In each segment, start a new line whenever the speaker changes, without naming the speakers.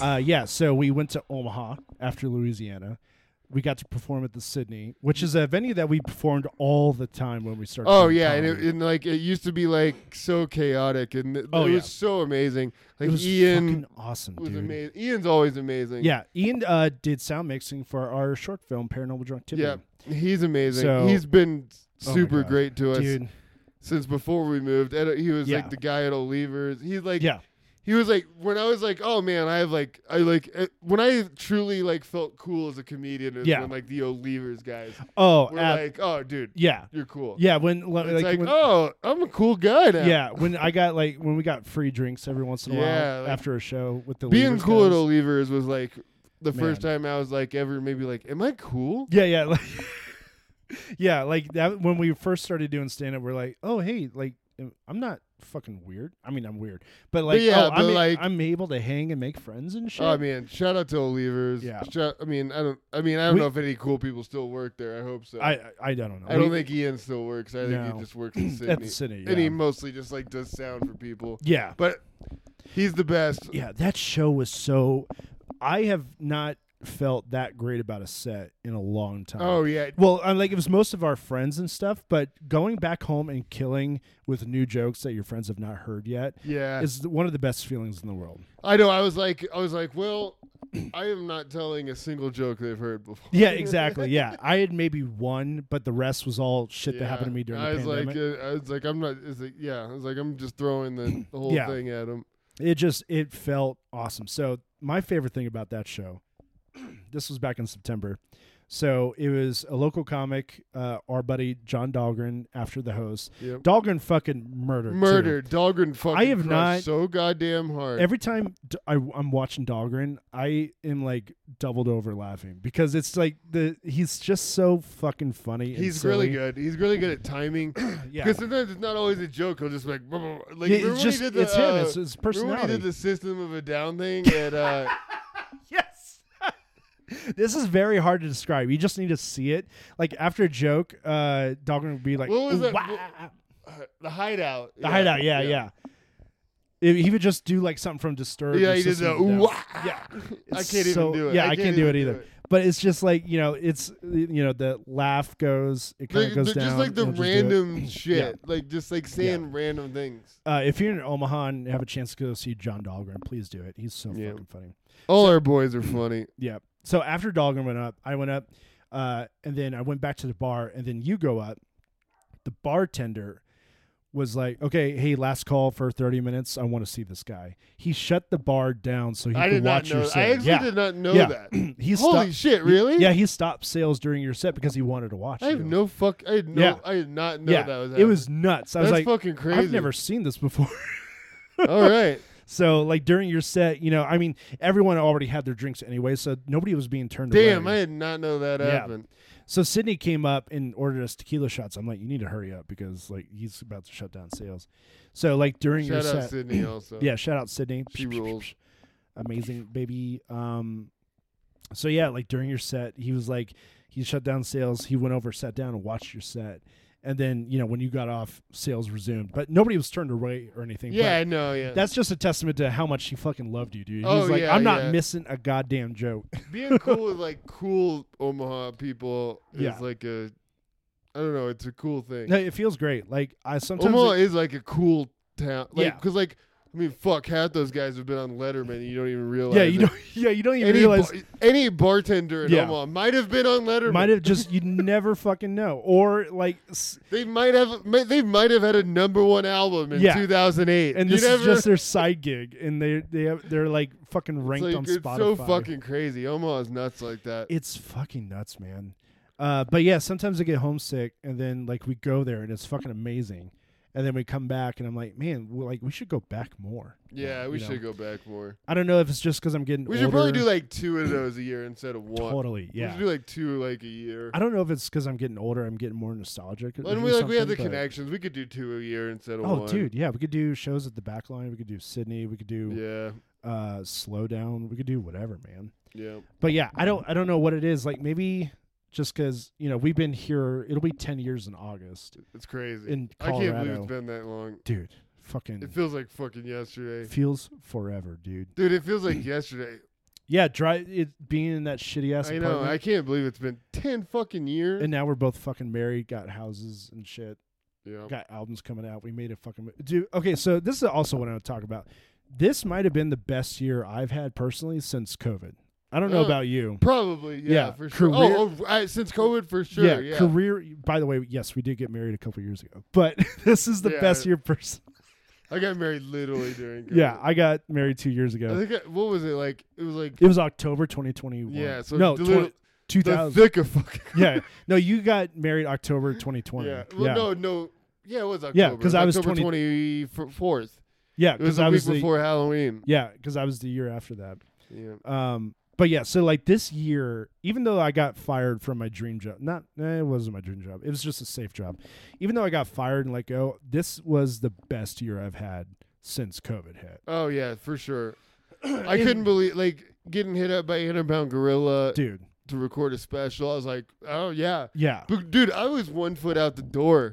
Uh, yeah, so we went to Omaha after Louisiana. We got to perform at the Sydney, which is a venue that we performed all the time when we started.
Oh
doing
yeah, and, it,
comedy.
and like it used to be like so chaotic, and it,
Oh,
it
yeah.
was so amazing. Like
It was
Ian
fucking awesome,
was
dude.
amazing. Ian's always amazing.
Yeah, Ian uh, did sound mixing for our short film Paranormal Drunk Tipping.
yeah, he's amazing.
So-
he's been
Oh my
super
God.
great to us
dude.
since before we moved. And uh, he was
Yeah.
like the guy at Oliver's. He's like
Yeah,
he was like when I was like, oh man, I have like I like uh, when I truly like felt cool as a comedian. Is
Yeah.
when, like the Oliver's guys
Oh,
were
ab-
like, oh dude,
yeah,
you're cool.
yeah. When li-
It's like,
when-
oh, I'm a cool guy now.
yeah, when I got like when we got free drinks every once in a
Yeah,
while
like,
after a show with the
being
Levers
cool
guys.
at Oliver's was like the first
Man.
time I was like ever maybe like, am I cool?
Yeah, yeah, like, yeah, like that. When we first started doing stand up, we're like, oh hey, like I'm not fucking weird. I mean, I'm weird, but like,
yeah,
oh, I'm,
but,
a-
like-
I'm able to hang and make friends and shit.
Oh man, shout out to Oliver's.
Yeah.
Shout, I mean, I don't. I mean, I don't
We-
know if any cool people still work there. I hope so.
I, I I don't know.
I don't
We-
think Ian still works. I think
No.
he just works in Sydney.
at the city.
And he
Yeah.
mostly just like does sound for people.
yeah,
But he's the best.
yeah, that show was so. I have not felt that great about a set in a long time.
Oh yeah.
Well, I like it was most of our friends and stuff, but going back home and killing with new jokes that your friends have not heard yet
Yeah.
is one of the best feelings in the world.
I know. I was like, I was like, well, I am not telling a single joke they've heard before.
Yeah, exactly. Yeah, I had maybe one, but the rest was all shit that happened to me during the
I was
pandemic.
like, uh, I was like, I'm not. It's like, yeah, I was like, I'm just throwing the, the whole
Yeah.
thing at him.
it just it felt awesome. So my favorite thing about that show, this was back in September. So it was a local comic, uh, our buddy John Dahlgren, after the host.
Yep.
Dahlgren fucking murdered. too.
Murder, Dahlgren fucking
I have
crushed
not-
so goddamn hard.
Every time d- I, am watching Dahlgren, I am like doubled over laughing because it's like the he's just so fucking funny. and
He's
silly.
really good. He's really good at timing. Because
Yeah,
sometimes it's not always a joke. He'll just be like, blah, blah, blah. like
Yeah,
remember
it's
when he
just
did the,
it's him.
uh,
It's his
Remember when
personality.
he did the System of a Down thing at uh,
Yes. this is very hard to describe. You just need to see it. Like after a joke, uh Dahlgren would be like,
What was that?
"Wah."
the Hideout?
The hideout, yeah, yeah. It- he would just do like something from Disturbed.
Yeah,
or
he did
System
the
of a Down.
ooh,
Yeah.
I
It's
can't
so-
even do it.
Yeah, I can't, do it
even
either. But it's just like you know, it's you know, the laugh goes, it kind
Like,
of goes
they're
down.
just like the
and we'll just do it.
random shit, like just like saying random things.
Uh, if you're in Omaha and have a chance to go see John Dahlgren, please do it. He's so
Yeah.
fucking funny.
All our boys are funny.
Yeah. So after Dahlgren went up, I went up, uh, and then I went back to the bar, and then you go up. The bartender was like, "Okay, hey, last call for thirty minutes. I want to see this guy." He shut the bar down so he
I
could
did not
watch
know.
your
I
set.
actually
Yeah,
did not know
Yeah.
that.
he
Holy
stopped.
shit! Really?
Yeah, he stopped sales during your set because he wanted to watch.
I have
you.
no fuck. I had no.
Yeah.
I did not know
yeah,
that was.
it
happening.
was nuts. I
That's
was like,
fucking crazy.
I've never seen this before.
All right.
so like during your set, you know, I mean, everyone already had their drinks anyway, so nobody was being turned away.
Damn, I did not know that
Yeah.
happened.
So Sydney came up and ordered us tequila shots. I'm like, you need to hurry up because like he's about to shut down sales. So like during your
Shout out
set,
Sydney also.
yeah, shout out Sydney,
She rules.
amazing baby. Um, so yeah, like during your set, he was like, he shut down sales. He went over, sat down, and watched your set. And then you know when you got off, sales resumed, but nobody was turned away or anything.
Yeah,
but
I know. Yeah.
that's just a testament to how much he fucking loved you, dude. He
Oh,
was like,
yeah,
I'm not
yeah.
missing a goddamn joke.
Being cool with like cool Omaha people is
Yeah.
like a. I don't know. It's a cool thing.
No, it feels great. Like I sometimes
Omaha is like a cool town. Like,
Yeah.
Because like, I mean, fuck, half those guys have been on Letterman. and You don't even realize.
yeah, you
it.
don't yeah you don't even
Any,
realize
bar- any bartender in
Yeah.
Omaha might have been on Letterman.
might have just you never fucking know or like s-
They might have. May, they might have had a number one album in
Yeah.
2008.
and
You
this
never-
is just their side gig and they they have, they're like fucking
it's
ranked
like,
on
it's
Spotify.
so fucking crazy. Omaha's nuts like that.
it's fucking nuts, man. Uh, but yeah, sometimes I get homesick and then like we go there and it's fucking amazing. And then we come back and I'm like, man, we like we should go back more.
yeah,
You
we
know?
should go back more.
I don't know if it's just because I'm getting
We should probably
older.
do like two of those a year instead of one.
totally.
We
Yeah.
should do like two like a year.
I don't know if it's because I'm getting older. I'm getting more nostalgic.
When
or
we like we have the
something, but-
connections, we could do two a year instead of
Oh,
one.
dude, yeah, we could do shows at the back line. We could do Sydney. We could do
Yeah,
uh slow down we could do whatever man
yeah.
but yeah i don't i don't know what it is like maybe just because you know we've been here it'll be 10 years in august
It's crazy.
in
I
colorado Mm.
can't believe it's been that long.
dude fucking
It feels like fucking yesterday,
feels forever dude
dude. It feels like yesterday.
Yeah, dry it being in that shitty ass
I
apartment.
know. I can't believe it's been ten fucking years.
and now we're both fucking married, got houses and shit,
yeah.
got albums coming out. We made a fucking dude. Okay, so this is also what I want to talk about. This might have been the best year I've had personally since COVID. I don't know
Uh,
about you.
Probably. Yeah.
Yeah,
For sure.
career-
Oh, oh, I, since COVID, for sure. Yeah.
career. By the way, yes, we did get married a couple years ago, but this is the
Yeah.
best year person.
I got married literally during. COVID.
Yeah, I got married two years
I
ago.
think I, what was it like? It was like
It was October 2021.
yeah. So
no,
the
twen-
little- the
2000.
thick of fucking.
yeah, no, you got married October 2020.
Yeah.
Yeah,
Well, no, no. Yeah, it was October.
Yeah,
It
'cause I was
October twenty fourth.
yeah,
It was
because
the
I was
week
the
before Halloween.
yeah, because I was the year after that.
Yeah.
Um, but yeah, so like this year, even though I got fired from my dream job, not eh, it wasn't my dream job, it was just a safe job. Even though I got fired and let go, this was the best year I've had since COVID hit.
Oh yeah, for sure. I couldn't believe like getting hit up by a hundred pound gorilla
Dude,
to record a special. I was like, oh yeah,
yeah,
but dude, I was one foot out the door.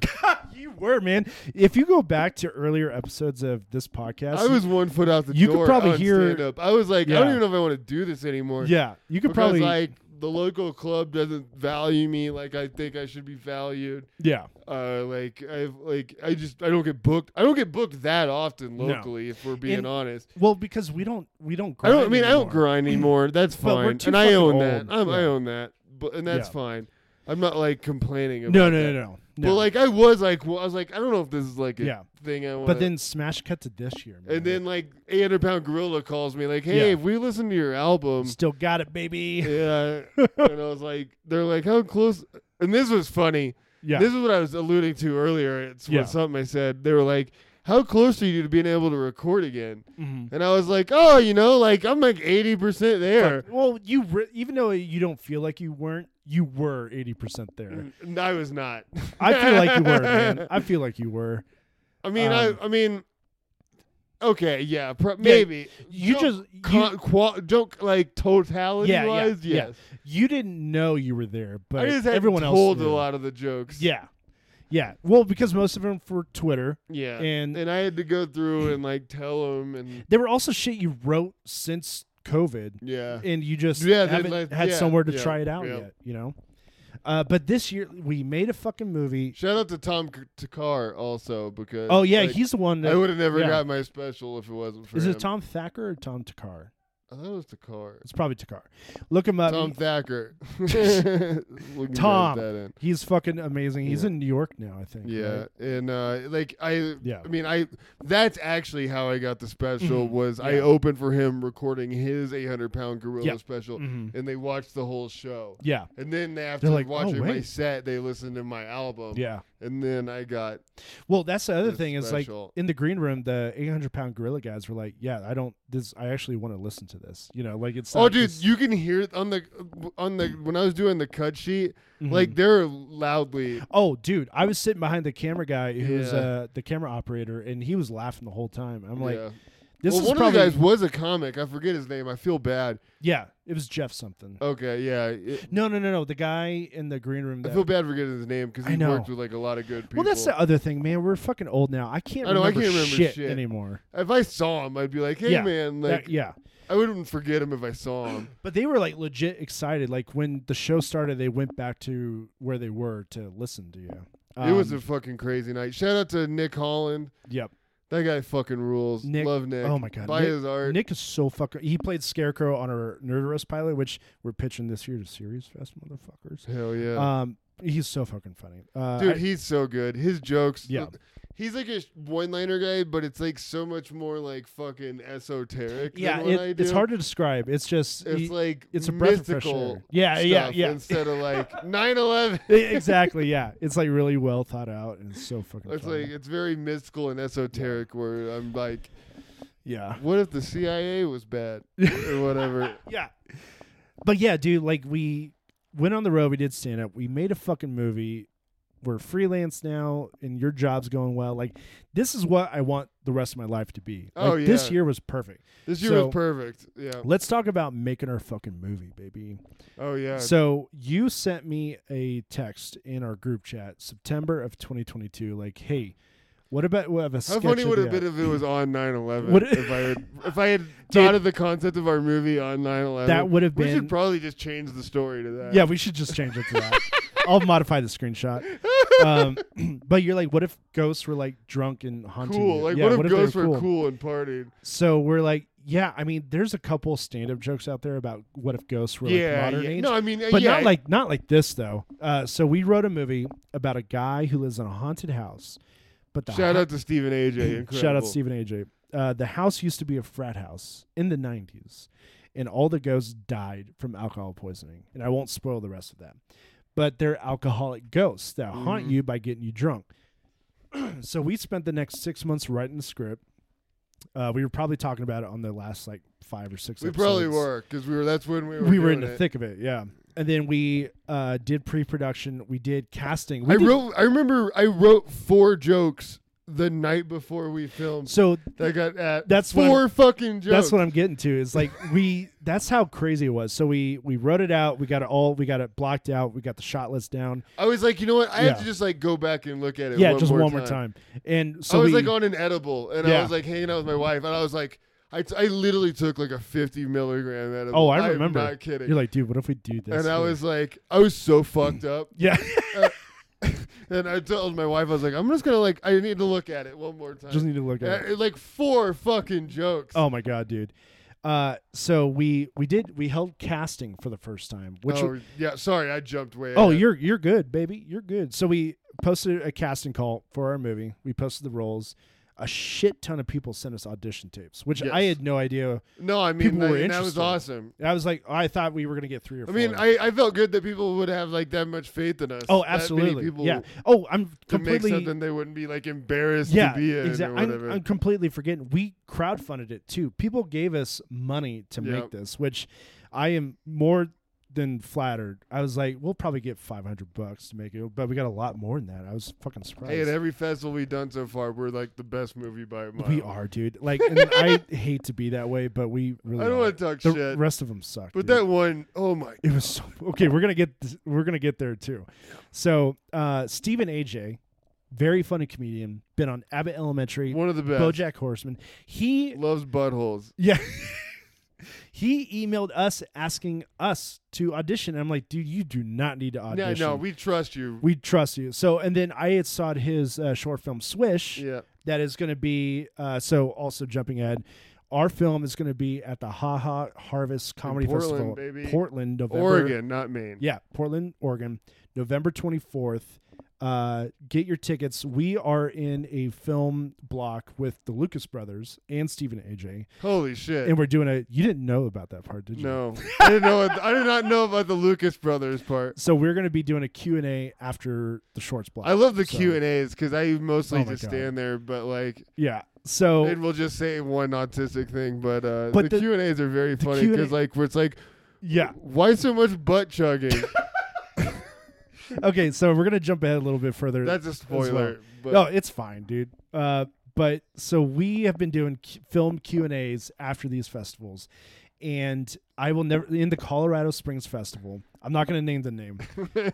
you were man. If you go back to earlier episodes of this podcast,
I was one foot out the
You could
door.
probably
on
hear-
stand-up. I was like, I
Yeah.
don't even know if I want to do this anymore.
yeah, you could
because
probably
like the local club doesn't value me like I think I should be valued.
yeah.
uh like i've like i just i don't get booked i don't get booked that often
No.
locally if we're being
And
honest
Well, because we don't we don't.
i
Grind
don't i mean i don't
anymore.
grind anymore that's
But we're
fine
too
and i
fucking
own that
old.
I'm, i
Yeah.
own that but and that's
Yeah.
fine i'm not like complaining about
No, no,
that.
no, no.
but
no.
like i was like well, i was like i don't know if this is like a
Yeah.
thing i want
but then smash cut to this year, man.
uh, and then like 800 pound gorilla calls me like hey
Yeah.
if we listen to your album
still got it, baby.
um, yeah and i was like they're like how close and this was funny
Yeah,
This is what I was alluding to earlier. It's what
Yeah.
something I said. They were like, "How close are you to being able to record again?"
Mhm.
And I was like, "Oh, you know, like I'm like 80% there."
Fuck. Well, you re- even though you don't feel like you weren't, you were eighty percent there.
And I was not.
I feel like you were, man. I feel like you were.
I mean,
Um,
I I mean okay, yeah, pro- maybe.
You
Don't
just you,
con- qua- don't like totality
Yeah, yeah,
wise,
yeah.
yes.
you didn't know you were there, but
I just had
everyone else
told
knew.
a lot of the jokes.
Yeah, yeah. Well, because most of them were Twitter,
Yeah.
and
and I had to go through and like tell them and
they were also shit you wrote since COVID.
yeah.
and you just
Yeah, they
haven't
let-
had
yeah,
somewhere to
yeah,
try it out
yeah.
yet, you know. Uh, but this year we made a fucking movie.
Shout out to Tom K- Takar also because
Oh yeah,
like,
he's the one.
I
That,
would have never
yeah.
got my special if it wasn't for
is
him.
it Tom Thacker or Tom Takar?
I thought it was the car.
It's probably Takar. Look him up.
Tom Thacker. We can
Tom.
edit that in.
he's fucking amazing. He's
Yeah.
in New York now, I think.
Yeah,
right?
and uh, like I,
Yeah.
I mean, I. That's actually how I got the special.
Mhm.
Was I
Yeah.
opened for him recording his 800 pound gorilla
Yeah.
special,
Mhm.
and they watched the whole show.
Yeah.
And then after
They're like, "Oh,
watching my
wait."
set, they listened to my album.
Yeah.
And then I got
Well, that's the other
It's
thing is
special.
like in the green room, the 800 pound gorilla guys were like, "Yeah, I don't. This I actually want to listen to this. You know, like it's.
Oh,
not
dude,
just-
you can hear it on the on the when I was doing the cut sheet,
Mhm.
like they're loudly.
Oh, dude, I was sitting behind the camera guy who's
Yeah.
uh, the camera operator, and he was laughing the whole time. I'm like,
yeah.
this
well,
is
one
probably
of the guys was a comic. I forget his name. I feel bad.
yeah, it was Jeff something.
Okay, yeah, it-
No, no, no, no, the guy in the green room.
Uh, I
that-
feel bad for getting his name because
I
he
know.
worked with like a lot of good people.
well, that's the other thing, man. We're fucking old now. I can't,
I know, I
remember,
can't remember
shit,
shit.
anymore.
if I saw him, I'd be like, "Hey,
Yeah,
man!" Like,
That- yeah,
I wouldn't forget him if I saw him.
but they were like legit excited. Like when the show started, they went back to where they were to listen to you.
it was
Um,
a fucking crazy night. Shout out to Nick Holland.
yep.
That guy fucking rules.
Nick-
Love Nick.
oh my God,
buy
Nick-
his art.
Nick is so fucking. He played Scarecrow on our Nerd Roast pilot, which we're pitching this year to Series Fest, motherfuckers.
Hell yeah.
Um, he's so fucking funny, uh,
Dude,
I-
he's so good. His jokes.
Yeah.
He's like a one liner guy, but it's like so much more like fucking esoteric. than
yeah,
what I
it, it's
do.
hard to describe. It's just
It's
he-
like
it's a breath of fresh
mystical.
air. Yeah, yeah,
stuff
yeah.
Instead of like 9 11.
exactly. Yeah, it's like really well thought out and it's so fucking.
It's
funny.
like it's very mystical and esoteric. Where I'm like,
yeah,
what if the CIA was bad or whatever?
yeah, but yeah, dude. Like we went on the road. We did stand up. We made a fucking movie. We're freelance now, and your job's going well. Like this is what I want the rest of my life to be.
Oh,
Like, This
yeah.
year was perfect.
This year
So-
was perfect. Yeah.
Let's talk about making our fucking movie, baby.
Oh yeah.
So you sent me a text in our group chat September of 2022 like hey What about what if a
How
sketch
funny
of
would
the-
it have been if it was on 9/11?
Would it-
if I had, if I had
Dude.
thought of the concept of our movie on 9/11,
that would have
we
been
should probably just change the story to that.
Yeah, we should just change it to that. I'll modify the screenshot. Um, but you're like, what if ghosts were like drunk and haunting?
cool.
you?
Like,
Yeah,
what if,
they
ghosts
were
were cool and partied?
So we're like, yeah. I mean, there's a couple stand-up jokes out there about what if ghosts were
yeah,
like modern
yeah.
age,
No, I mean, uh,
but
yeah,
not like not like this though. Uh, so we wrote a movie about a guy who lives in a haunted house, but the
Shout
hou-
out to Stephen AJ. Incredible.
shout out Stephen AJ. Uh, the house used to be a frat house in the 90s, and all the ghosts died from alcohol poisoning. And I won't spoil the rest of that, but they're alcoholic ghosts that haunt
Mhm.
you by getting you drunk. so we spent the next six months writing the script. Uh, we were probably talking about it on the last like five or six.
We probably
episodes
were because we were. That's when we were.
we were in
doing
the
it.
thick of it, yeah. And then we uh, did pre-production. We did casting. We
I
did-
wrote. I remember. I wrote four jokes the night before we filmed.
so
that got at
That's what
four fucking jokes.
that's what I'm getting to. Is like we that's how crazy it was. So we we wrote it out. We got it all. We got it blocked out. We got the shot list down.
I was like, you know what? I have
Yeah.
to just like go back and look at it.
yeah,
one
just
more
one
time.
more time. And so
I was
we,
like oh, on an edible, and
Yeah.
I was like hanging out with my wife, and I was like, I, t- I literally took like a fifty milligram edible.
oh, I
I'm
remember.
not kidding.
You're like, dude, what if we do this?
and I
for-"
was like, I was so fucked up.
yeah,
And I told my wife, I was like, I'm just gonna like, I need to look at it one more time.
just need to look at it.
And I- like four fucking jokes.
Oh my god, dude. Uh, so we we did we held casting for the first time, which
Oh, yeah. Sorry, I jumped way.
Oh,
ahead.
you're you're good, baby. You're good. So we posted a casting call for our movie. We posted the roles. A shit ton of people sent us audition tapes, which I
Yes.
had no idea.
No, I mean
people
that,
were
and that was
interested.
awesome.
I was like, I thought we were gonna get three or
I
four.
mean, I, I felt good that people would have like that much faith in us.
oh,
That many
absolutely,
people
yeah. Oh, I'm
To make
completely
something they wouldn't be like embarrassed
yeah,
to be in or
exactly.
whatever.
I'm, I'm completely forgetting. We crowdfunded it too. People gave us money to
Yeah.
make this, which I am more than flattered. I was like, we'll probably get 500 bucks to make it, but we got a lot more than that. I was fucking surprised.
Hey, at every festival we've done so far, we're like the best movie by a mile.
We are, dude. Like, and I hate to be that way, but we really.
I don't
are.
want to talk
The
shit,
rest of them suck.
but
dude.
that one, oh my!
it was so okay. We're gonna get this, we're gonna get there too. So uh Stephen AJ, very funny comedian, been on Abbott Elementary,
One of the best.
BoJack Horseman. He
Loves buttholes.
yeah. he emailed us asking us to audition. I'm like, dude, you do not need to
Yeah,
audition.
no, we trust you.
we trust you. So, and then I had saw his uh, short film Swish
yeah,
that is going to be uh, so also jumping ahead our film is going to be at the Ha Ha Harvest Comedy
Portland,
Festival
baby.
Portland November
Oregon, not Maine.
yeah Portland Oregon November 24th uh, get your tickets we are in a film block with the Lucas brothers and Stephen AJ
Holy shit!
and we're doing a you didn't know about that part did you
no, I didn't know. what- I did not know about the Lucas brothers part.
so we're going to be doing a Q&A after the shorts block
I love the
So-
Q and A's because I mostly
Oh my
just
God.
stand there, but like,
yeah so
and we'll just say one autistic thing. But uh,
But the-
the Q and A's are very funny
Q&A
because like, where it's like,
yeah
why so much butt chugging?
okay so we're going to jump ahead a little bit further
That's a
well.
spoiler. But
no, it's fine, dude. Uh, but so we have been doing Q- film Q and A's after these festivals, and I will never in the Colorado Springs Festival. I'm not going to name the name,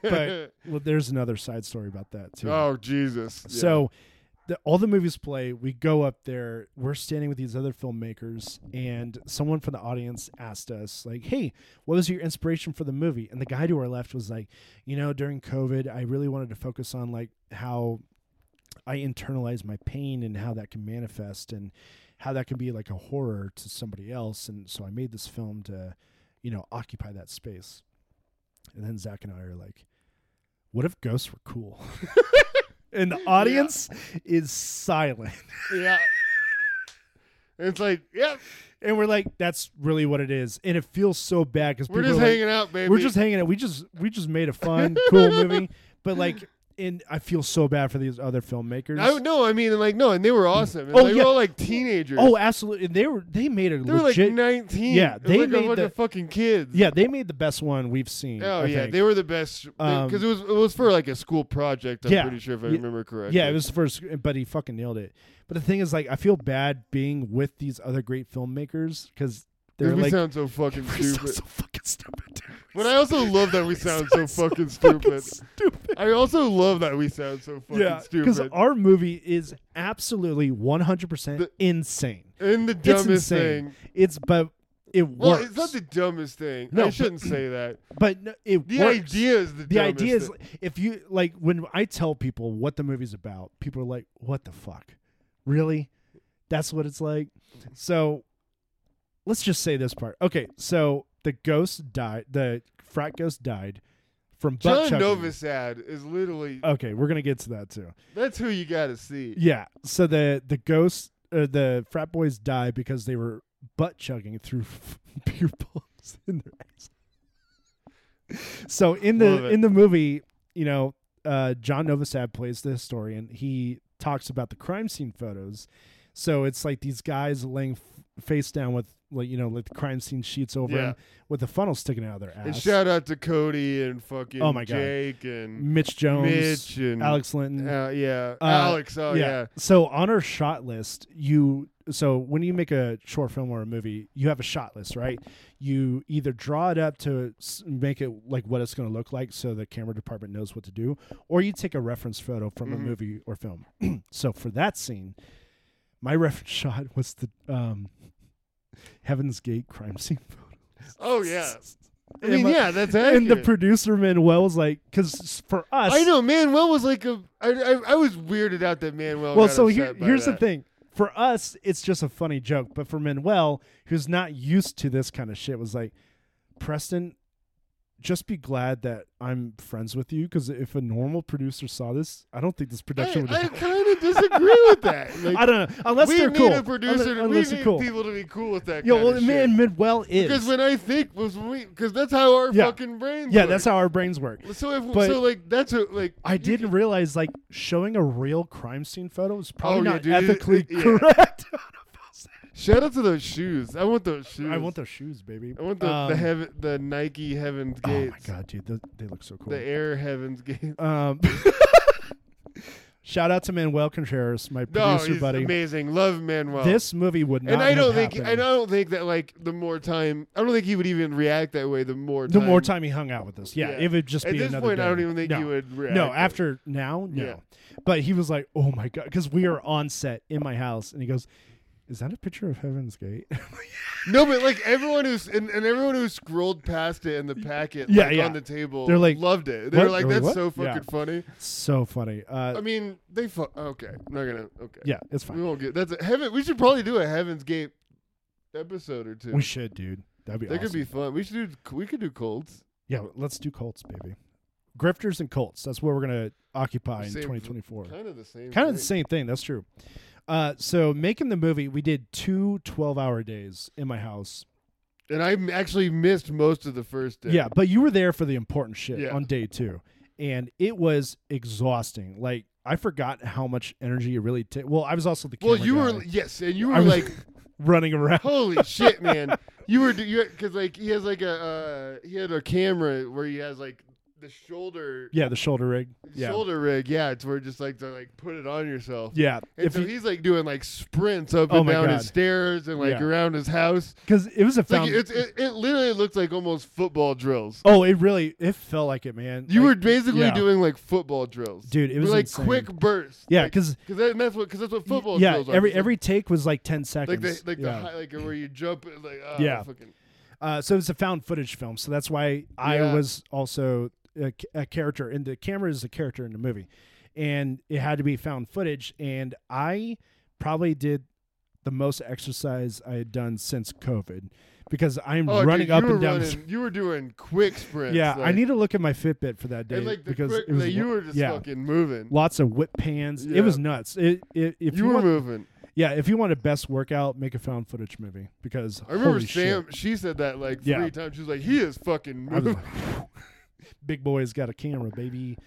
but well, there's another side story about that too.
Oh Jesus! Yeah.
So the, all the movies play. We go up there. We're standing with these other filmmakers, and someone from the audience asked us, like, "Hey, what was your inspiration for the movie?" And the guy to our left was like, "You know, during COVID, I really wanted to focus on like how I internalize my pain and how that can manifest and how that can be like a horror to somebody else." And so I made this film to, you know, occupy that space. And then Zach and I are like, "What if ghosts were cool?" and the audience is silent.
yeah, it's like, yep,
And we're like, that's really what it is. And it feels so bad because
we're just hanging out, baby.
we're just hanging out. We just we just made a fun, cool movie. But like and I feel so bad for these other filmmakers.
I no, I mean, like, no, and they were awesome. And
Oh,
they
yeah.
were all like teenagers.
oh, absolutely. And they were they made a
they were
legit
like nineteen.
Yeah,
It was
they
like
made
a bunch
the-
of fucking kids.
Yeah, they made the best one we've seen.
Oh
I
yeah,
think.
they were the best because
Um,
it was it was for like a school project. I'm
yeah,
pretty sure if I
yeah,
remember correctly.
Yeah, it was the first, but he fucking nailed it. But the thing is, like, I feel bad being with these other great filmmakers because they're
Because we
like,
sound so fucking
we sound
stupid.
so fucking stupid. dude.
When I also love that we sound so fucking stupid.
stupid.
I also love that we sound so fucking
yeah, because
stupid.
our movie is absolutely 100%
The-
insane.
And the
It's
dumbest
insane.
thing.
It's but it
Well,
works.
it's not the dumbest thing.
No,
I
but-
shouldn't say that.
but no, it
The
works.
idea is the,
the
dumbest
idea is
thing.
if you like when I tell people what the movie's about, people are like, "What the fuck? Really? That's what it's like." So, let's just say this part. Okay, so the ghost died. The frat ghost died from butt
John
chugging. Uh,
Novosad is literally
Okay, we're gonna get to that too.
that's who you got to see.
Yeah. So the the ghosts or the frat boys die because they were butt chugging through beer bottles in their ass. So in
Love
the
it.
in the movie, you know, uh, John Novosad plays the historian. He talks about the crime scene photos. So it's like these guys laying f- face down with like you know like the crime scene sheets over
Yeah.
him with a funnel sticking out of their
And
ass.
shout out to Cody and fucking
Oh my God.
Jake and
Mitch Jones,
Mitch and
Alex Linton,
Uh, yeah,
Uh,
Alex. Oh yeah.
So on our shot list, you so when you make a short film or a movie, you have a shot list, right? You either draw it up to s- make it like what it's going to look like, so the camera department knows what to do, or you take a reference photo from a
Mhm.
movie or film. so for that scene, my reference shot was the um, Heaven's Gate crime scene photo.
Oh yeah. I
And
mean,
my-
yeah, that's accurate.
And the producer Manuel was like, because for us,
I know Manuel was like a. I, I, I was weirded out that Manuel.
well
got
so
upset
here,
by
here's the
that.
thing for us it's just a funny joke but for manuel who's not used to this kind of shit was like preston just be glad that i'm friends with you because if a normal producer saw this i don't think this production would
I, I
have
kind of disagree with that. Like,
I don't know unless
we
they're
need
cool
a producer.
unless,
to-
unless
we
they're
need
cool
people to be cool with that.
yo
kind
well
of
man
shit.
manuel
because
is
when I think was we because that's how our
Yeah.
fucking brains.
yeah
work.
that's how our brains work
So if
but-
so, like that's what like
I
you can-
didn't realize like showing a real crime scene photo is probably
Oh, yeah,
not
dude, it-
ethically
it- yeah.
correct.
Shout out to those shoes. I want those shoes.
I want those shoes, baby.
I want the
Um,
the, heaven, the Nike Heaven's
Oh my
Gates.
god, dude, th- they look so cool.
The Air Heaven's Gates.
Um, shout out to Manuel Contreras, my
No,
producer
Oh, he's
buddy.
amazing. Love Manuel.
This movie would not.
and I
have
don't think
happened
and I don't think that like the more time I don't think he would even react that way the more
the
time.
more time he hung out with us, yeah,
Yeah.
it would just
At
be
this
another.
point I
day.
don't even think
no.
he would react.
No, after now, no.
Yeah.
But he was like, "Oh my god," because we are on set in my house, and he goes, "Is that a picture of Heaven's Gate?"
No, but like everyone who's and, and everyone who scrolled past it in the packet
Yeah,
like,
yeah.
on the table
They're like,
loved it. They were
"What?
like
They're like,
that's
"What?"
so
Yeah.
fucking funny.
so funny. Uh,
I mean, they fu- okay. I'm not going to okay.
yeah, it's
We
fine.
won't get that's a, heaven we should probably do a Heaven's Gate episode or two.
We should, dude. That'd be
that could
awesome.
be fun. We should do we could do Colts.
yeah. Let's do Colts, baby. Grifters and Colts. That's where we're gonna occupy in
Same-
2024.
Kind of the same.
kind of the
thing.
same thing that's true uh, so making the movie we did two 12 hour days in my house
And I m- actually missed most of the first day.
yeah but you were there for the important shit
Yeah.
on day two and it was exhausting like i forgot how much energy it really took well i was also the
Well,
camera
you
guy
were yes, and you
I
were
was-
like,
running around
"Holy shit, man!" You were because like he has like a uh, he had a camera where he has like the shoulder
yeah the shoulder rig yeah
shoulder rig. Yeah, it's where just like to like put it on yourself.
yeah
And
if
so
you-
he's like doing like sprints up
Oh
and
my
down
God.
his stairs and like
Yeah.
around his house.
because it was a
It's like
found
it's, it, it literally looks like almost football drills.
oh it really it felt like it man
You
Like,
were basically
yeah.
doing like football drills,
Dude, it was
like
insane.
quick bursts.
yeah
like,
because
Cause that, that's what, cause that's what football.
yeah
drills are.
every
It's like-
every take was like 10 seconds
like the like
yeah.
the high, like where you jump and, like ah,
Yeah.
fucking-
Uh, so it's a found footage film, so that's why I
Yeah.
was also a, a character, and the camera is a character in the movie, and it had to be found footage. And I probably did the most exercise I had done since COVID because I'm
Oh, dude,
running
you
up
were
and down. the
running- you were doing quick sprints.
yeah, I
like-
need to look at my Fitbit for that day
and like the
because
quick,
it was
like, you
lo-
were just
yeah,
fucking moving.
lots of whip pans.
Yeah.
It was nuts. It, it, if
you,
you,
were
want,
moving.
yeah, if you want a best workout, make a found footage movie because
I remember
holy shit.
Sam. She said that like three
Yeah.
times. She was like, "He is fucking
I was
moving."
like, Big boy's got a camera, baby.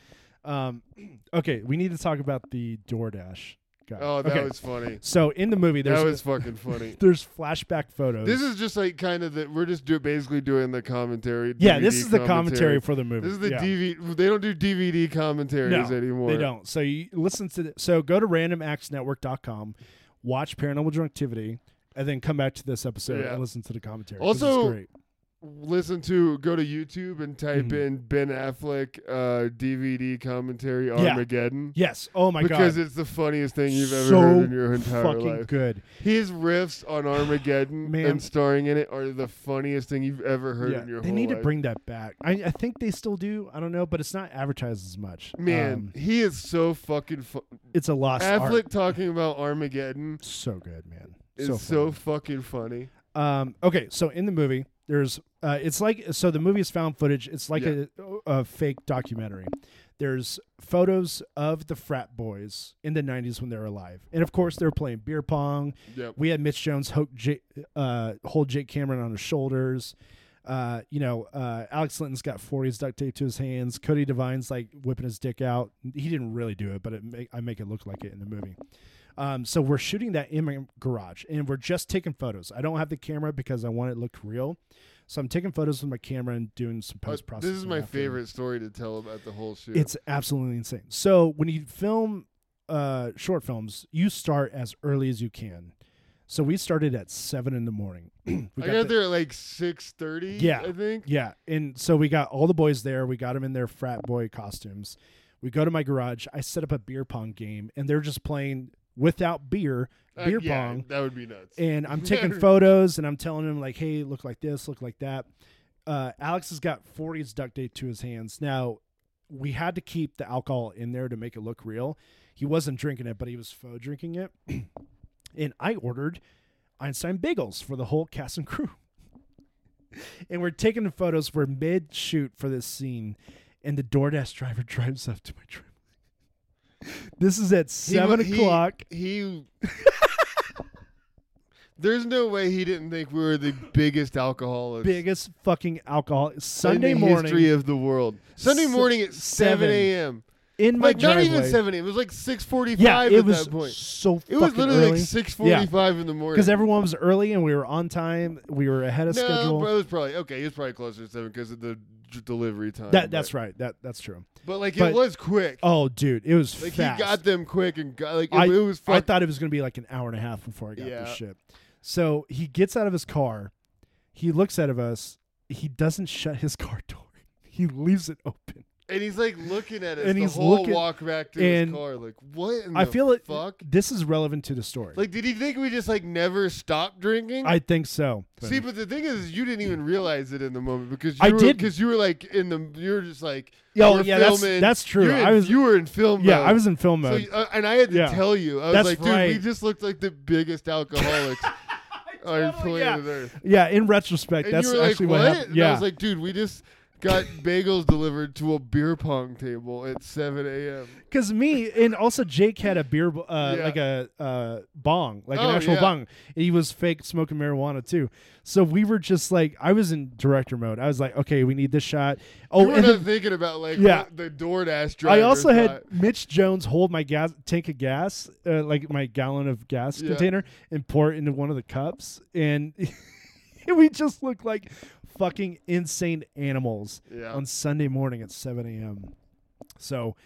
Um, okay, we need to talk about the DoorDash guy.
Oh, that
okay.
was funny.
so in the movie. There's
That was fucking funny.
there's flashback photos.
This is just like kind of the we're just do, basically doing the commentary.
yeah,
DVD
this is the commentary for the movie.
This is the
yeah,
DVD. They don't do DVD commentaries
No,
anymore.
They don't. So you listen to the, so go to randomactsnetwork.com, watch Paranormal Druntivity, and then come back to this episode
Yeah.
and listen to the commentary. 'cause it's
Also,
great.
listen to go to YouTube and type
Mhm.
in Ben Affleck uh, DVD commentary
Yeah.
Armageddon
Yes. Oh my
because
god.
it's the funniest thing you've ever
so
heard in your entire
fucking
life.
good.
His riffs on Armageddon
Man.
and starring in it are the funniest thing you've ever heard
Yeah.
in your
They
whole
need to
life.
bring that back. I, I think they still do. I don't know, but it's not advertised as much.
Man,
Um,
he is so fucking fu-
it's a lost art.
Affleck talking about Armageddon
So good, man.
is
so funny.
so, fucking funny.
Um, okay, so in the movie, there's uh, it's like so the movie is found footage. It's like
Yeah.
a, a fake documentary. There's photos of the frat boys in the '90s when they're alive, and of course they're playing beer pong.
Yep.
We had Mitch Jones hook Jake, uh, hold Jake Cameron on his shoulders. Uh, you know, uh, Alex Linton's got 40s duct tape to his hands. Cody Devine's like whipping his dick out. He didn't really do it, but it make, I make it look like it in the movie. Um, so we're shooting that in my garage and we're just taking photos. I don't have the camera because I want it to look real. So I'm taking photos with my camera and doing some
Uh,
post processing.
this is my favorite story to tell about the whole shoot.
It's absolutely insane. So when you film uh, short films, you start as early as you can. So we started at seven in the morning. we
I got,
the-
there at like six thirty.
Yeah.
I think.
Yeah, and so we got all the boys there. We got them in their frat boy costumes. We go to my garage. I set up a beer pong game, and they're just playing without beer,
Uh,
beer
yeah,
pong.
That would be nuts.
And I'm taking photos, and I'm telling them like, "Hey, look like this, look like that." Uh, Alex has got 40s duct tape to his hands. Now, we had to keep the alcohol in there to make it look real. He wasn't drinking it, but he was faux drinking it. and I ordered Einstein bagels for the whole cast and crew. and we're taking the photos. We're mid shoot for this scene, and the DoorDash driver drives up to my trailer. This is at
He wa-
seven
he-
o'clock.
He. There's no way he didn't think we were the biggest alcoholics.
Biggest fucking alcohol Sunday
in the
morning
history of the world. Sunday
S-
morning at
seven.
seven a.m.
in my
Like not even
driveway.
seven a.m. It was like six
Yeah,
forty-five
it
at
was
that point.
so fucking
It was literally
early.
like six forty-five in the morning.
because everyone was early and we were on time. We were ahead of
no,
schedule.
bro, it was probably okay. It was probably closer to seven because of the d- delivery time.
That that's
but,
right. That that's true.
But like
But-
it was quick.
Oh, dude, it was
like
fast.
he got them quick and got like it,
I-
it was. Fuck,
I thought it was going to be like an hour and a half before I got
Yeah.
this shit. So he gets out of his car. He looks out of us. He doesn't shut his car door. He leaves it open.
and he's like looking at us
And
the
he's
whole
looking-
walk back to
and
his car. Like what? In
I
the
feel it.
Fuck.
This is relevant to the story.
Like, did he think we just like never stopped drinking?
I think so.
See, but the thing is, you didn't even realize it in the moment because you
I
were,
didn't.
because you were like in the you were just like
Yo,
we're
yeah, that's-
filming.
that's true.
You're in-
I was-
you were in film
yeah,
mode.
I was in film
so,
mode.
uh, and I had to
Yeah.
tell you I was
That's
like dude we
right.
just looked like the biggest alcoholics on
Totally, yeah.
planet Earth
yeah, in retrospect,
and
that's
you were
actually
like
what?
what,
happened.
and
Yeah,
I was like dude we just got bagels delivered to a beer pong table at 7 a.m.
Because me and also Jake had a beer, uh,
Yeah.
like a uh, bong, like an
Oh,
actual
yeah.
bong. He was fake smoking marijuana too. So we were just like, I was in director mode. I was like, okay, we need this shot.
You
Oh,
were
and
not
then
thinking about like
Yeah.
what the DoorDash driver.
I also had Mitch Jones hold my gas tank of gas, uh, like my gallon of gas
Yeah.
container, and pour it into one of the cups, and we just looked like fucking insane animals
yeah.
on Sunday morning at seven a.m. So.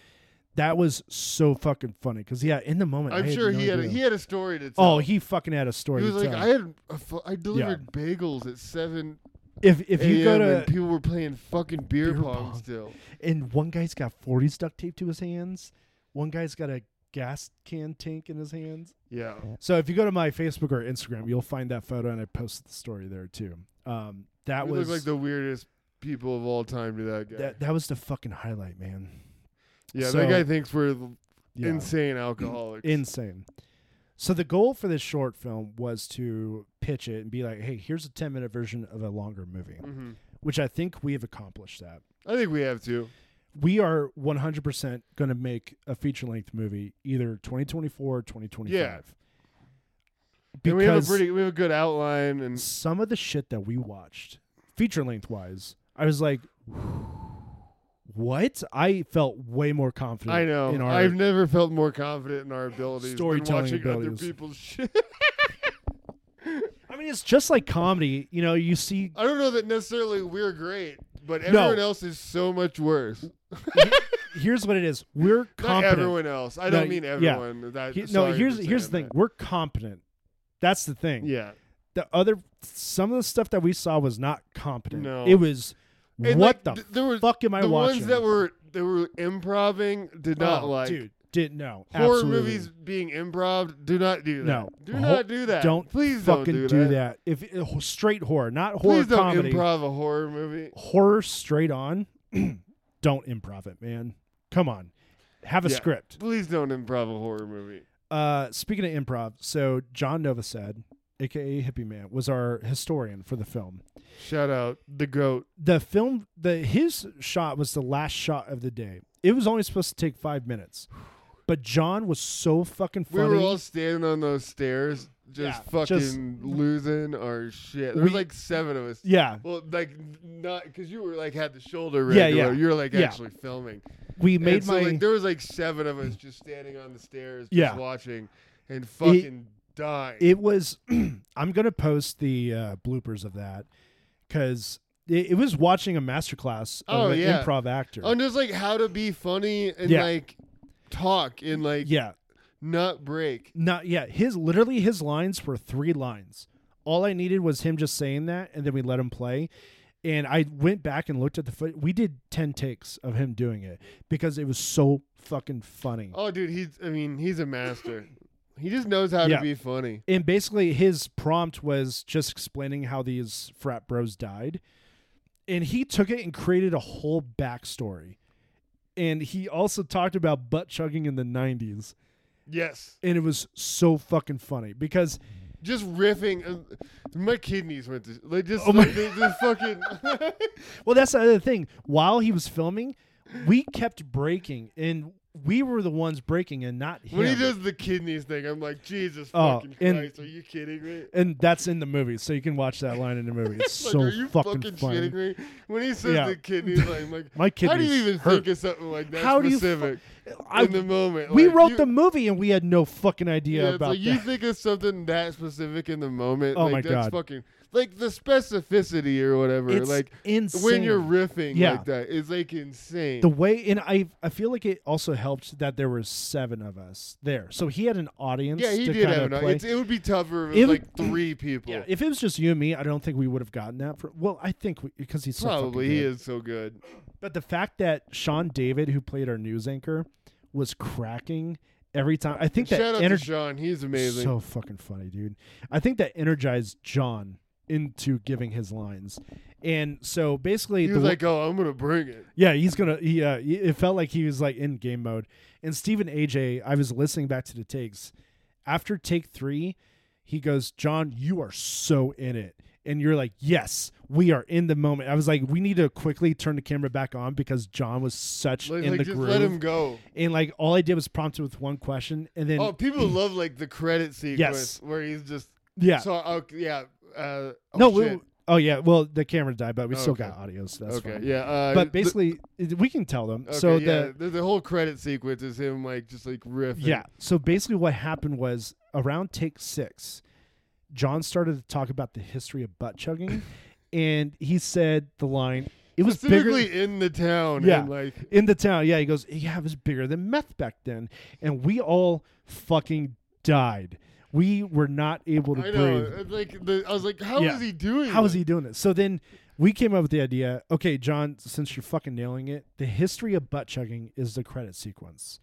That was so fucking funny because yeah, in the moment I
I'm sure
no
he had a,
idea.
he had a story to tell.
Oh, he fucking had a story.
He was
to
like,
tell.
I had, a fu- I delivered bagels at seven
if if you
a.m.
go
and
to
people were playing fucking beer,
Beer
pong,
pong.
still.
and one guy's got 40s duct tape to his hands, one guy's got a gas can tank in his hands.
Yeah,
So if you go to my Facebook or Instagram, you'll find that photo, and I posted the story there too. Um, that
we
was
look like the weirdest people of all time to that guy.
that that was the fucking highlight, man.
yeah,
so-
that guy thinks we're
Yeah.
insane alcoholics.
insane. So the goal for this short film was to pitch it and be like, "Hey, here's a 10 minute version of a longer movie,"
hmm
which I think we have accomplished that.
I think we have to.
we are 100% going to make a feature length movie either 2024 or 2025.
Yeah.
Because
and we have a pretty, we have a good outline, and
some of the shit that we watched, feature length wise, I was like, what? I felt way more confident.
I know
In our,
I've never felt more confident in our abilities than
Storytelling
watching
abilities.
other people's shit.
I mean, it's just like comedy. You know, you see,
I don't know that necessarily we're great, but
No.
everyone else is so much worse.
here's what it is. We're
Not
competent.
everyone else. I
No,
don't mean
yeah.
everyone. That,
He- no,
sorry
here's
for
here's the
saying
thing. We're competent. That's the thing.
that. Yeah.
the other some of the stuff that we saw was not competent.
No.
It was
And,
what
like,
the
th- there were
fuck am I
the
watching?
ones that were that were improving did not
Oh,
like
dude. Didn't know.
horror
Absolutely.
movies being improv. Do not do that.
No.
do
Ho-
not do that.
Don't
please
fucking
don't do, that.
that. If uh, straight horror, not horror
Please don't
comedy,
improv a horror movie.
horror straight on. don't improv it, man. Come on, have a
Yeah.
script.
Please don't improv a horror movie.
Uh, speaking of improv, so John Nova said, aka Hippie Man, was our historian for the film.
Shout out the goat.
The film, the his shot was the last shot of the day. It was only supposed to take five minutes, but John was so fucking
We
funny.
were all standing on those stairs, just
Yeah,
fucking
just-
losing our shit. There was
We-
like seven of us.
yeah,
Well, like not because you were like had the shoulder
Yeah,
regular.
yeah.
You were like
Yeah.
actually filming.
we
And
made
so,
my
like there was like seven of us just standing on the stairs, just
Yeah.
watching and fucking dying.
it was i'm gonna post the uh, bloopers of that because it, it was watching a masterclass
Oh,
of an
yeah. Oh,
improv actor
on just like how to be funny and
Yeah.
like talk and like
yeah
not break.
not yeah his literally his lines were three lines all i needed was him just saying that and then we let him play and i went back and looked at the foot we did 10 takes of him doing it because it was so fucking funny
Oh, dude, he's. I mean, he's a master. he just knows how
Yeah.
to be funny.
and basically his prompt was just explaining how these frat bros died and he took it and created a whole backstory and he also talked about butt chugging in the 90s
Yes,
and it was so fucking funny because
just riffing. uh, My kidneys went to like just
Oh my-
like, they, they fucking.
well that's the other thing while he was filming we kept breaking and we were the ones breaking and not him
when he does the kidneys thing, I'm like, Jesus
Oh,
fucking
and-
Christ! Are you kidding me?
and that's in the movie so you can watch that line in the movie it's
Like,
so
are you
fucking,
fucking,
funny
shitting me? When he says
Yeah.
the kidneys, like, I'm like,
my kid
how do you even think of something like that
How do you fu-
specific
I,
in the moment?
we
Like,
wrote
you-
the movie and we had no fucking idea
Yeah, it's
about
like
that.
you think of something that specific in the moment.
Oh
like,
my
that's
God.
Fucking like the specificity or whatever.
it's
like
insane.
when you're riffing
Yeah.
like that, it's like insane.
the way and I I feel like it also helped that there were seven of us there, so he had an audience.
yeah, he
to
did
kinda
have an.
play.
It's, it would be tougher if
It
it was
would-
like three people.
yeah, if it was just you and me, I don't think we would have gotten that. For well, I think we, because he's so fucking
Probably he
good.
is so good.
But the fact that Sean David, who played our news anchor, was cracking every time. I think
Shout
that
out to
energy
Sean. He's amazing.
so fucking funny, dude. I think that energized John into giving his lines, and so basically
he
the
was
wo-
like, "Oh, I'm gonna bring it."
Yeah, he's gonna. He, uh, he- it felt like he was like in game mode. And Steven AJ, I was listening back to the takes. After take three, he goes, "John, you are so in it," and you're like, "Yes, we are in the moment." I was like, "We need to quickly turn the camera back on because John was such
Like,
in
like,
the
just
groove."
let him go.
and like all I did was prompt him with one question, and then
oh, people love like the credit sequence where he's just
yeah,
so oh, yeah. Uh, oh,
no,
shit.
we, oh yeah, well the camera died, but we
Oh,
still
okay.
got audio, so that's
okay,
fine.
yeah. Uh,
But
the-
basically, it- we can tell them.
Okay,
so
yeah,
the
the, the whole credit sequence is him like just like riffing.
Yeah. So basically, what happened was around take six, John started to talk about the history of butt chugging, and he said the line, "It was
specifically
bigger
in the town.
Yeah.
and, like
in the town." Yeah, he goes, "Yeah, it was bigger than meth back then," and we all fucking died. We were not able to
I know.
breathe.
it's Like the, I was like, how is
Yeah.
he doing?
How is
that?
he doing this? So then we came up with the idea. Okay, John, since you're fucking nailing it, the history of butt chugging is the credit sequence.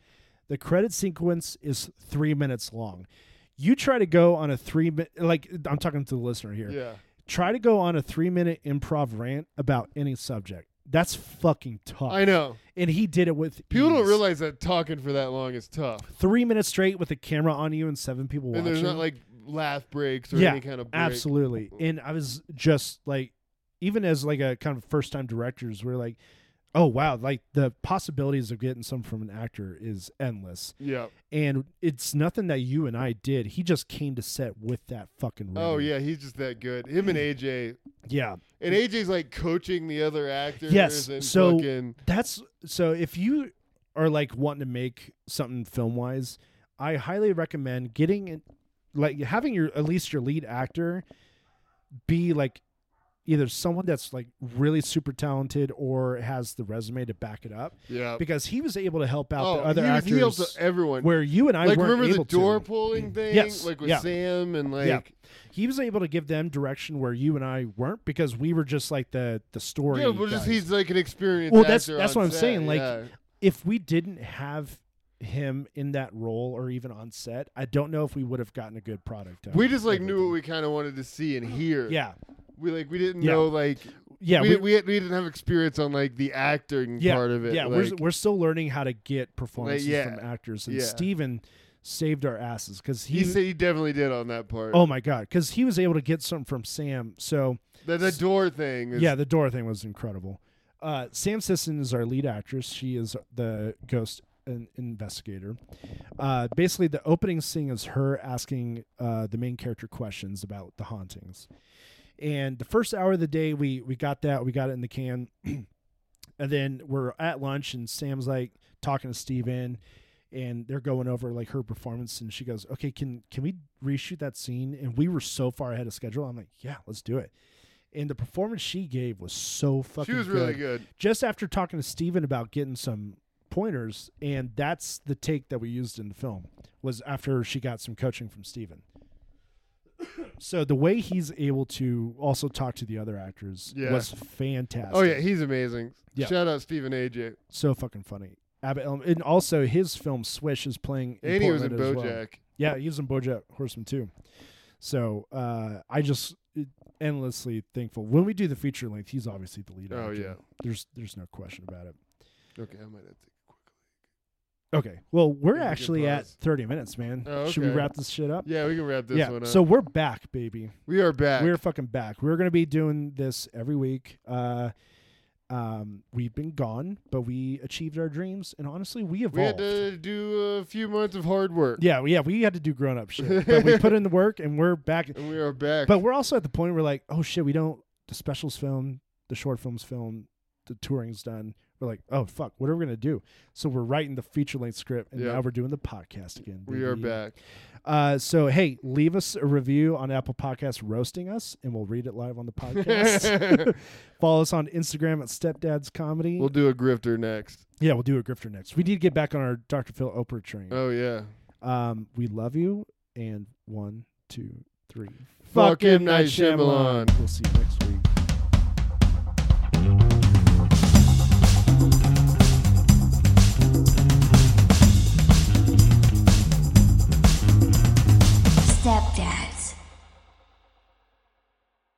The credit sequence is three minutes long. You try to go on a three minute, like I'm talking to the listener here.
Yeah,
Try to go on a three minute improv rant about any subject. That's fucking tough.
I know.
And he did it with
People
ease.
don't realize that talking for that long is tough,
three minutes straight with a camera on you and seven people
and
watching.
there's not like laugh breaks or
Yeah,
any kind of break.
absolutely and i was just like even as like a kind of first time directors we're like oh wow like the possibilities of getting some from an actor is endless
Yeah.
and it's nothing that you and i did he just came to set with that fucking
Oh
ready.
yeah, he's just that good. Him and AJ,
yeah
and AJ's like coaching the other actors.
Yes,
And
so-
fucking,
that's so if you are like wanting to make something film wise i highly recommend getting it like having your at least your lead actor be like either someone that's like really super talented or has the resume to back it up
Yeah.
because he was able to help out
oh,
the other
he,
actors
he helped everyone.
where you and I
like
weren't
remember
able
the door
to.
pulling thing,
Yes,
like with
yeah.
Sam and like
Yeah. He was able to give them direction where you and I weren't because we were just like the the story.
yeah, but just
guys.
he's like an experienced.
Well, that's-
actor
that's
on
what I'm
set,
saying, like,
yeah.
if we didn't have him in that role or even on set, I don't know if we would have gotten a good product. out
we
of
just like knew what
everything.
we kind of wanted to see and hear.
Yeah,
we like we didn't
Yeah.
know like
yeah,
we,
we,
we, we didn't have experience on like the acting
yeah,
part of it.
Yeah,
like,
we're we're still learning how to get performances
yeah,
from actors, and
yeah.
Steven saved our asses because
he,
he.
said he definitely did on that part.
Oh my god! Because he was able to get something from Sam. So
the, the door thing. Is,
yeah, the door thing was incredible. Uh, Sam Sisson is our lead actress. She is the ghost in- investigator. Uh, basically, the opening scene is her asking uh, the main character questions about the hauntings. And the first hour of the day, we we got that. We got it in the can. and then we're at lunch, and Sam's like talking to Steven and they're going over like her performance and she goes okay can can we reshoot that scene and we were so far ahead of schedule i'm like yeah let's do it and the performance she gave was so fucking
she was really good.
just after talking to Steven about getting some pointers and that's the take that we used in the film was after she got some coaching from Steven. so the way he's able to also talk to the other actors
Yeah.
was fantastic
Oh yeah, he's amazing.
Yeah.
Shout out Stephen AJ.
so fucking funny Abbott Elm- and also his film Swish is playing in
And he was in
Portland as well.
BoJack.
Yeah, he was in BoJack Horseman too. So uh, I just endlessly thankful when we do the feature length. He's obviously the lead.
Oh,
actor.
yeah.
there's there's no question about it.
Okay, I might have to.
Okay, well we're
Give it a good
actually at
pause.
30 minutes, man.
Oh,
Should we
okay.
wrap this shit up?
Yeah, we can wrap this
yeah.
one up.
So we're back, baby.
we are back.
We're fucking back. We're gonna be doing this every week. Uh, um, we've been gone, but we achieved our dreams, and honestly, we
we
evolved.
had to do a few months of hard work,
yeah, we- yeah, we had to do grown up shit, but we put in the work, and we're back.
and we are back.
But we're also at the point where like, oh shit, we don't the specials film, the short films film, the touring's done. We're like, oh fuck, what are we gonna do? So we're writing the feature length script, and
Yeah.
now we're doing the podcast again.
we are
baby.
back.
Uh, so hey, leave us a review on Apple Podcasts, roasting us, and we'll read it live on the podcast. Follow us on Instagram at Stepdad's Comedy.
We'll do a grifter next.
yeah, we'll do a grifter next. We need to get back on our Dr. Phil Oprah train.
Oh yeah.
um, we love you, and one, two, three.
Fucking Night Shyamalan.
We'll see you next week.